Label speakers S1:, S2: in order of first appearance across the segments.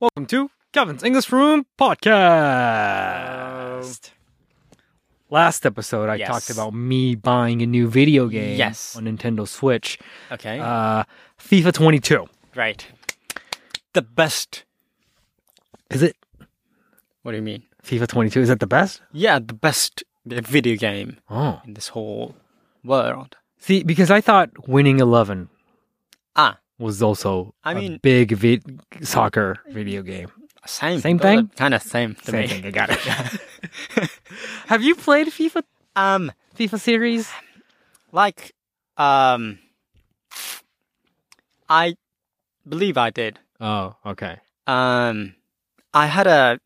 S1: Welcome to Kevin's English Room Podcast. Last episode, I
S2: Uh, Yes.
S1: talked about me buying a new video game
S2: Yes.
S1: on Nintendo Switch,
S2: Okay.
S1: uh, FIFA 22.
S2: right. The best.
S1: Is it
S2: What do you mean?
S1: FIFA 22? Is that the best?
S2: Yeah, the best video game
S1: Oh,
S2: in this whole world.
S1: see, because I thought Winning Eleven
S2: Ah,
S1: was also
S2: I
S1: a
S2: mean-
S1: big vi- soccer video game.
S2: same.
S1: Same
S2: Those are
S1: thing?
S2: Kind of same to
S1: Same
S2: me.
S1: thing, I got it. Have you played FIFA
S2: Um,
S1: FIFA series?
S2: like, um, I believe I did.
S1: Oh, okay.
S2: Um, I had a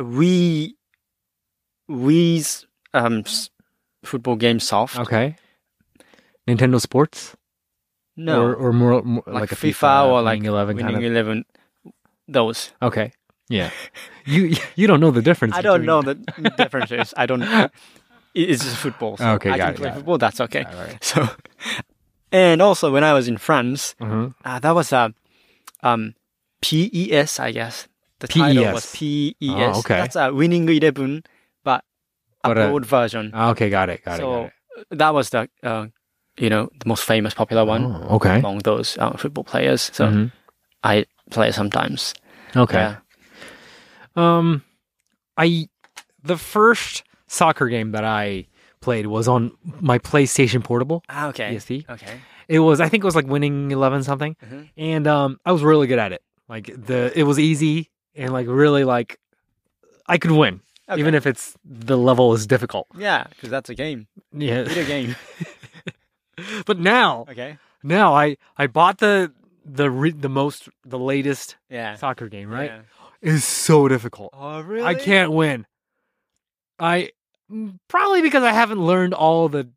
S2: Wii, Wii's um s- football game soft.
S1: Okay. Nintendo Sports.
S2: No,
S1: or, or more, more
S2: like,
S1: like, a
S2: FIFA,
S1: FIFA,
S2: or
S1: winning
S2: like
S1: eleven
S2: Winning
S1: kind of.
S2: Eleven. Those.
S1: Okay, yeah. you you don't know the difference.
S2: I don't
S1: between-
S2: know the differences. I don't. it- It's just football. so
S1: Okay,
S2: I
S1: got
S2: can
S1: it,
S2: play
S1: got it.
S2: football. That's okay.
S1: All right.
S2: So, and also when I was in France,
S1: Mhm.
S2: uh, that was a um, PES, I guess. The title was
S1: PES.
S2: PES.
S1: Oh, okay.
S2: That's a winning eleven, but
S1: But, uh,
S2: abroad version.
S1: Ah, Okay, got it, got
S2: so
S1: it,
S2: that was the uh, you know the most famous popular
S1: got it.
S2: one
S1: Oh, okay.
S2: among those uh, football players. So
S1: Mhm.
S2: I play sometimes.
S1: Okay.
S2: Yeah.
S1: Um, I the first soccer game that I played was on my PlayStation Portable
S2: Ah, okay.
S1: PSP.
S2: Okay.
S1: It was I think it was like winning eleven something,
S2: Mhm.
S1: and um, I was really good at it. Like the it was easy and like really like I could win
S2: Okay.
S1: even if it's the level is difficult.
S2: yeah, because that's a game,
S1: Yeah.
S2: video game.
S1: But now,
S2: Okay.
S1: now I I bought the the re- the most the latest
S2: Yeah.
S1: soccer game, right?
S2: Yeah.
S1: Is so difficult.
S2: Oh, really?
S1: I can't win. I mm, probably because I haven't learned all the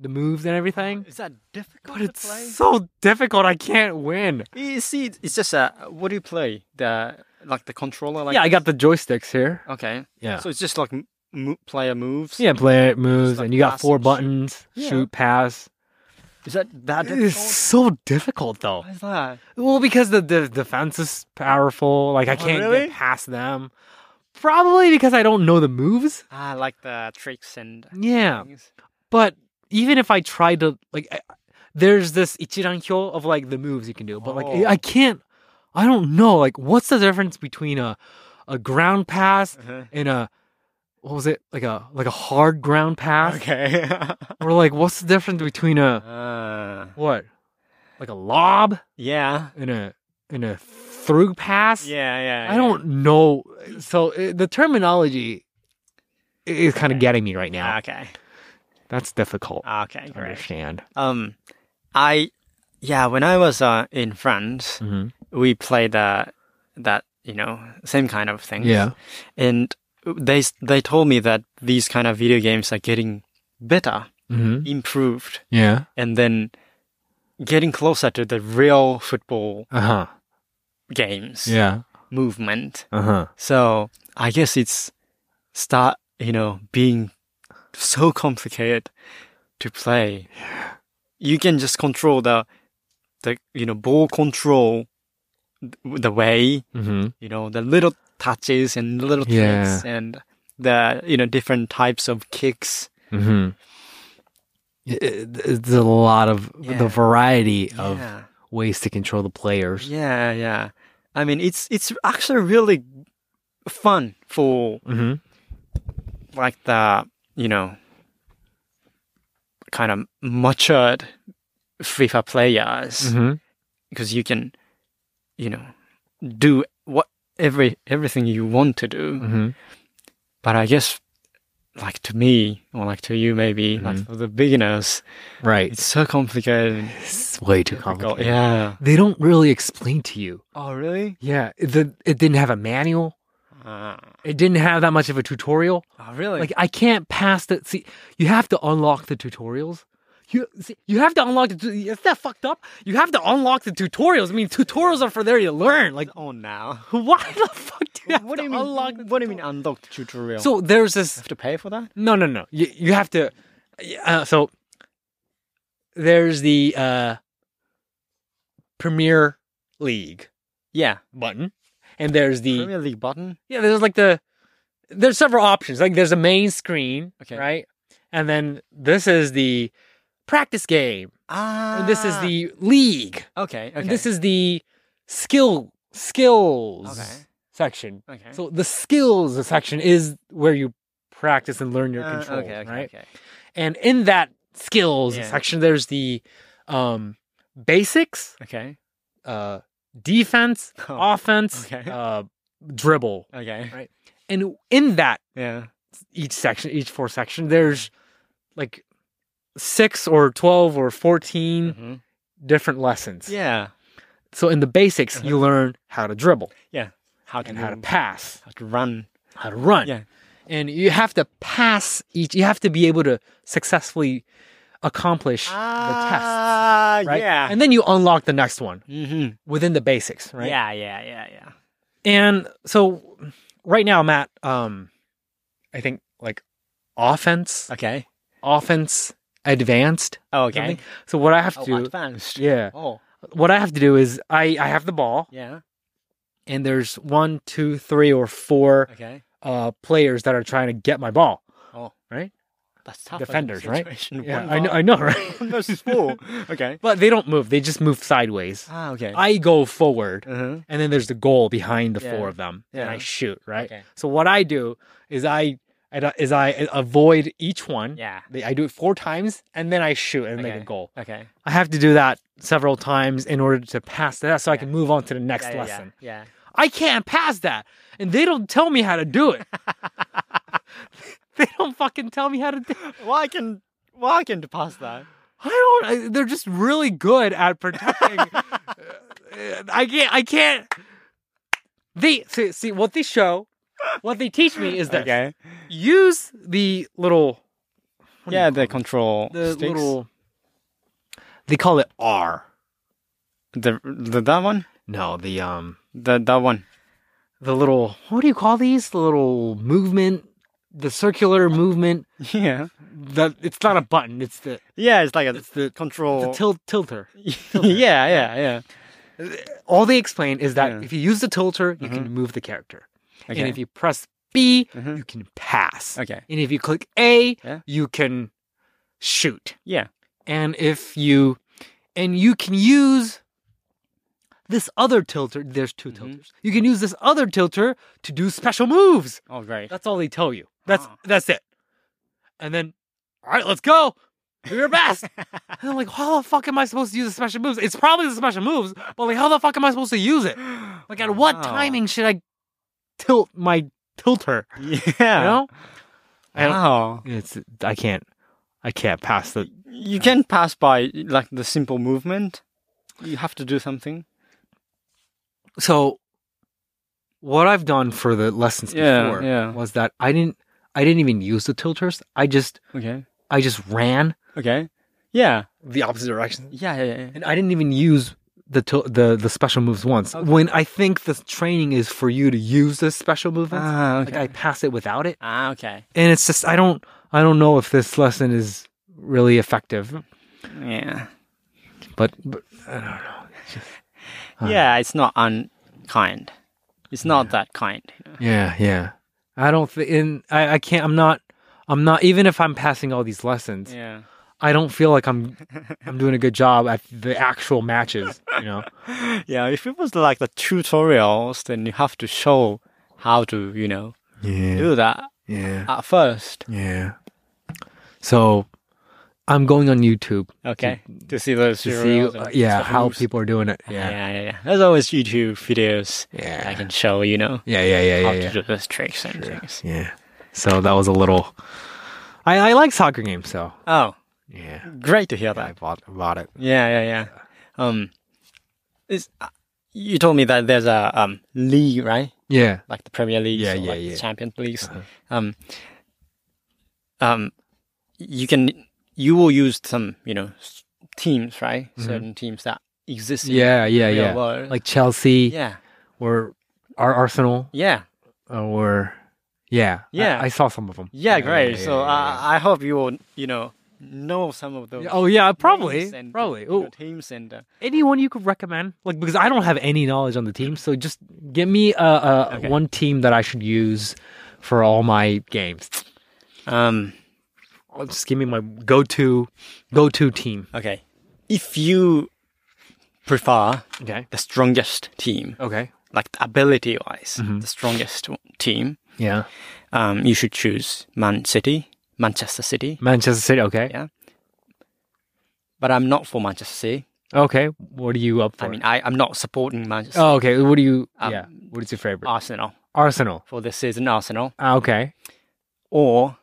S1: the moves and everything.
S2: Is that difficult
S1: But it's
S2: to play?
S1: so difficult. I can't win.
S2: You see, it's- it's just a. What do you play? The like the controller. Like
S1: yeah, I got the joysticks here.
S2: Okay.
S1: Yeah.
S2: So it's just like m- mo- player moves.
S1: yeah, play it moves,
S2: Just like
S1: and you got
S2: pass
S1: four
S2: and shoot.
S1: buttons:
S2: Yeah.
S1: shoot, pass.
S2: Is that that
S1: It is
S2: difficult?
S1: so difficult, though.
S2: Why is that?
S1: Well, because the, the defense is powerful. Like I
S2: Oh,
S1: can't
S2: really?
S1: get past them. Probably because I don't know the moves.
S2: Ah, like the tricks and
S1: Yeah,
S2: things.
S1: but even if I try to like, I, there's this ichiran hyo of like the moves you can do, but like
S2: Oh.
S1: I can't. I don't know. Like, what's the difference between a a ground pass
S2: Uh-huh.
S1: and a what was it like a like a hard ground pass
S2: Okay.
S1: or like what's the difference between a
S2: uh,
S1: what like a lob
S2: yeah.
S1: and a and a through pass?
S2: Yeah. Yeah.
S1: I don't know. So uh, the terminology i- is kind of getting me right
S2: Yeah.
S1: now.
S2: Ah, Okay. Ah,
S1: That's difficult
S2: Okay.
S1: to
S2: Great.
S1: understand.
S2: Um, I yeah. When I was uh, in France,
S1: Mm-hmm.
S2: we played the that you know same kind of thing.
S1: Yeah.
S2: and they they told me that these kind of video games are getting better,
S1: Mm-hmm.
S2: improved,
S1: Yeah.
S2: and then getting closer to the real football
S1: Uh huh.
S2: games
S1: Yeah.
S2: movement.
S1: Uh huh.
S2: So I guess it's start you know being so complicated to play. You can just control the the you know ball control the way
S1: Mm-hmm.
S2: you know the little touches and little
S1: Yeah.
S2: tricks and the you know different types of kicks
S1: Mm-hmm. It's a lot of
S2: Yeah.
S1: the variety of
S2: yeah
S1: ways to control the players.
S2: yeah yeah i mean it's it's actually really fun for
S1: Mm-hmm.
S2: like the you know kind of matured fifa players
S1: Mm-hmm.
S2: because you can you know do what every everything you want to do
S1: Mm-hmm.
S2: but i guess like to me or like to you maybe
S1: Mm-hmm.
S2: like for the beginners
S1: Right.
S2: It's so complicated.
S1: It's way too
S2: Difficult.
S1: complicated.
S2: Yeah.
S1: They don't really explain to you.
S2: Oh, really?
S1: Yeah. The, it didn't have a manual.
S2: Uh,
S1: It didn't have that much of a tutorial.
S2: oh, really?
S1: Like I can't pass the. See, you have to unlock the tutorials. You see, you have to unlock the. tu- Is that fucked up? You have to unlock the tutorials. I mean, tutorials are for there to learn. Like,
S2: oh, now.
S1: why the fuck do you have
S2: What do
S1: to
S2: you mean?
S1: unlock? the
S2: what do you mean unlock the tutorial?
S1: So there's this.
S2: have to pay for that?
S1: No, no, no. You you have to. Uh, so there's the uh Premier League
S2: Yeah.
S1: button, and there's the
S2: Premier League button.
S1: yeah, there's like the there's several options. Like there's a main screen,
S2: Okay.
S1: right? And then this is the practice game.
S2: Ah.
S1: And this is the league.
S2: Okay. Okay.
S1: And this is the skill skills
S2: Okay.
S1: section.
S2: Okay.
S1: So the skills section is where you practice and learn your
S2: Uh,
S1: controls,
S2: okay, okay,
S1: right?
S2: okay.
S1: And in that skills
S2: Yeah.
S1: section, there's the um, basics,
S2: Okay.
S1: uh, defense,
S2: Oh,
S1: offense,
S2: okay.
S1: uh, dribble,
S2: Oh, okay.
S1: right. and in that
S2: Yeah.
S1: each section, each four section, there's like six or twelve or 14
S2: Mhm.
S1: different lessons.
S2: Yeah. Uh-huh.
S1: So in the basics, you learn how to dribble
S2: How to
S1: and how to
S2: move,
S1: pass,
S2: how to run.
S1: how to run.
S2: Yeah.
S1: And you have to pass each, you have to be able to successfully accomplish the tests.
S2: Ah.
S1: Right?
S2: Yeah.
S1: And then you unlock the next one
S2: mm-hmm.
S1: within the basics, right?
S2: Yeah. Yeah. Yeah. Yeah.
S1: And so right now, Matt, um, I think like offense,
S2: Okay.
S1: offense advanced.
S2: Oh, okay.
S1: something. So what I have to
S2: Oh,
S1: do,
S2: advanced.
S1: yeah,
S2: Oh.
S1: what I have to do is I, I have the ball
S2: Yeah.
S1: and there's one, two, three or four
S2: Okay.
S1: uh, players that are trying to get my ball.
S2: That's tough.
S1: Defenders, right?
S2: Yeah.
S1: Yeah, I know, I know, right?
S2: One versus four. okay.
S1: But they don't move. They just move sideways.
S2: Ah. Okay.
S1: I go forward,
S2: uh-huh.
S1: and then there's the goal behind the
S2: Yeah.
S1: four of them, and I
S2: Yeah.
S1: shoot. Right.
S2: Okay.
S1: So what I do is I I- is I avoid each one.
S2: Yeah.
S1: They- I do it four times, and then I shoot and make a
S2: Okay.
S1: goal.
S2: Okay.
S1: I have to do that several times in order to pass that, so I
S2: Yeah.
S1: can move on to the next
S2: yeah, yeah,
S1: lesson.
S2: Yeah.
S1: I can't pass that, and they don't tell me how to do it. they don't fucking tell me how to do.
S2: yeah. Why can why can to pass that?
S1: I don't. I- They're just really good at protecting. Uh, I can't. I can't. They see, see what they show. What they teach me is that
S2: Okay.
S1: use the little what do you
S2: Yeah, the control
S1: the
S2: sticks.
S1: little. They call it R.
S2: The, the that one,
S1: No, the um,
S2: the that one.
S1: the little. What do you call these? The little movement, the circular movement.
S2: Yeah,
S1: That it's not a button. It's the
S2: yeah. It's like a
S1: it's the, the
S2: control.
S1: tilt tilter.
S2: yeah, yeah, yeah.
S1: all they explain is that
S2: Yeah. Mm-hmm.
S1: if you use the tilter, you can move the character. And
S2: Okay.
S1: if you press B,
S2: Mhm.
S1: you can pass.
S2: Okay.
S1: And if you click A,
S2: Yeah.
S1: you can shoot.
S2: Yeah.
S1: And if you and you can use this other tilter, there's 2
S2: Mhm.
S1: tilters. You can use this other tilter to do special moves.
S2: Oh, great.
S1: That's all they tell you. That's
S2: Ah.
S1: that's it. And then, all right, let's go. Do your best. And I'm like, how the fuck am I supposed to use the special moves? It's probably the special moves, but like, how the fuck am I supposed to use it? Like, at what
S2: Wow.
S1: timing should I tilt my tilter?
S2: Yeah.
S1: You know? I don't-
S2: Wow.
S1: It's I can't, I can't pass the.
S2: You can pass by like the simple movement. You have to do something.
S1: So, what I've done for the lessons
S2: Yeah,
S1: before
S2: yeah.
S1: was that I didn't, I didn't even use the tilters. I just,
S2: Okay.
S1: I just ran
S2: Okay. Yeah.
S1: the opposite direction.
S2: Yeah. Yeah. yeah.
S1: and I didn't even use the til- the the special moves once.
S2: Okay.
S1: When I think the training is for you to use the special movements,
S2: Ah.
S1: like I
S2: Okay.
S1: pass it without it,
S2: Ah. Okay.
S1: and it's just I don't I don't know if this lesson is really effective,
S2: Yeah.
S1: but, but I don't know. Uh.
S2: Yeah. It's not unkind. It's not that kind.
S1: Yeah, yeah. I don't think, and I I can't. I'm not. I'm not. Even if I'm passing all these lessons,
S2: Yeah.
S1: I don't feel like I'm I'm doing a good job at the actual matches. You know.
S2: Yeah, if it was like the tutorials, then you have to show how to, you know,
S1: Yeah.
S2: do that
S1: Yeah.
S2: at first.
S1: Yeah. So, I'm going on YouTube.
S2: Okay. To see those
S1: to see
S2: tutorials.
S1: uh,
S2: and
S1: yeah
S2: stuff
S1: how
S2: moves.
S1: people are doing it
S2: Yeah.
S1: yeah
S2: yeah, yeah, There's always YouTube videos
S1: yeah
S2: I can show, you know,
S1: yeah yeah yeah
S2: how
S1: yeah
S2: to
S1: yeah,
S2: do those tricks and things.
S1: yeah. so that was a little i i like soccer games so
S2: Oh,
S1: yeah
S2: great to hear
S1: i
S2: that.
S1: bought bought it
S2: Yeah, yeah, yeah. Um, is uh, you told me that there's a um league, right?
S1: yeah
S2: Like the Premier League,
S1: Yeah,
S2: or
S1: yeah,
S2: like
S1: yeah.
S2: the Champions Leagues.
S1: Uh-huh.
S2: Um, um, you can you will use some, you know, s- teams, right? Certain teams that exist. In
S1: Mm-hmm. yeah yeah
S2: the real
S1: yeah
S2: World.
S1: like chelsea
S2: yeah,
S1: or our arsenal
S2: yeah,
S1: or yeah I-
S2: Yeah.
S1: I, saw some of them
S2: yeah, great.
S1: yeah,
S2: so
S1: yeah,
S2: uh, I hope you will, you know, know some of those.
S1: Oh yeah, probably,
S2: names and,
S1: probably.
S2: you know,
S1: Ooh,
S2: teams and uh,
S1: anyone you could recommend? Like because I don't have any knowledge on the team, so just give me a, a
S2: Okay.
S1: one team that I should use for all my games.
S2: um.
S1: Oh, Just give me my go-to go-to team.
S2: Okay, if you prefer
S1: Okay.
S2: the strongest team,
S1: Okay.
S2: like ability wise,
S1: Mm-hmm.
S2: the strongest one- team,
S1: Yeah.
S2: um, you should choose Man City, Manchester City.
S1: Manchester City. Okay.
S2: Yeah. But I'm not for Manchester City.
S1: Okay. What are you up for?
S2: I mean, I, I'm not supporting Manchester
S1: oh, okay. What do you?
S2: Um,
S1: yeah. What is your favorite?
S2: Arsenal
S1: Arsenal.
S2: for this season, Arsenal.
S1: Ah, okay.
S2: Or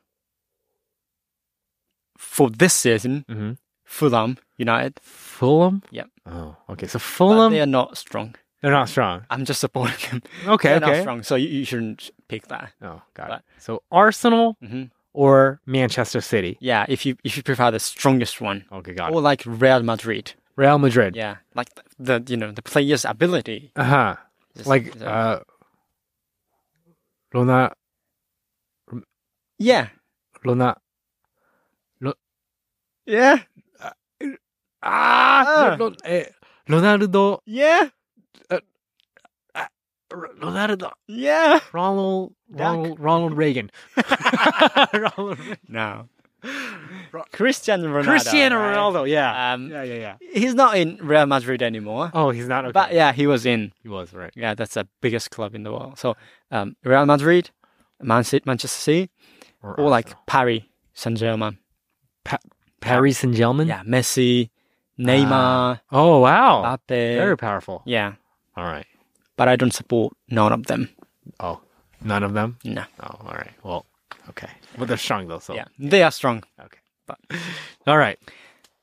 S2: for this season,
S1: Mm-hmm.
S2: Fulham United.
S1: Fulham.
S2: Yep.
S1: Oh, okay. So
S2: But
S1: Fulham,
S2: they
S1: they're,
S2: are not strong.
S1: not strong.
S2: I'm just supporting them.
S1: Okay.
S2: They're not
S1: okay.
S2: strong, so you, you shouldn't pick that.
S1: Oh, got
S2: But-
S1: it. So Arsenal
S2: hmm
S1: or Manchester City.
S2: Yeah, if you if you prefer the strongest one,
S1: Okay, got it.
S2: or like Real Madrid.
S1: Real Madrid.
S2: Yeah, like the, the you know the player's ability.
S1: Uh huh.
S2: is-
S1: Like
S2: is,
S1: uh, Lona,
S2: yeah,
S1: Lona.
S2: yeah,
S1: Ah,
S2: Ah.
S1: Lo- eh, Ronaldo,
S2: yeah,
S1: R- Ronaldo,
S2: yeah.
S1: Ronald,
S2: Duck.
S1: Ronald, Ronald Reagan. Ronald Reagan.
S2: No, Cristiano Ronaldo.
S1: Cristiano
S2: right?
S1: Ronaldo. Yeah.
S2: Um,
S1: yeah, yeah, yeah.
S2: he's not in Real Madrid anymore.
S1: Oh, he's not okay.
S2: But yeah, he was in.
S1: he was right.
S2: Yeah, that's the biggest club in the world. So um, Real Madrid, Man City, Manchester City, or like
S1: Arsenal.
S2: Paris Saint Germain.
S1: Paris Saint Germain.
S2: Yeah, Messi, Neymar,
S1: Hmm. Oh wow.
S2: Mbappe.
S1: Very powerful.
S2: Yeah,
S1: All right.
S2: but I don't support none of them.
S1: Oh, none of them.
S2: No.
S1: Oh, all right. Well, okay. But they're strong though. So
S2: Yeah, they are strong.
S1: Okay. All right.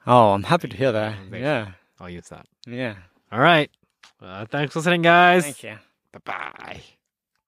S2: Oh, I'm happy to hear that.
S1: Thanks.
S2: Yeah,
S1: I'll use that.
S2: yeah.
S1: All right. Uh, thanks for listening, guys.
S2: Thank you.
S1: Bye bye.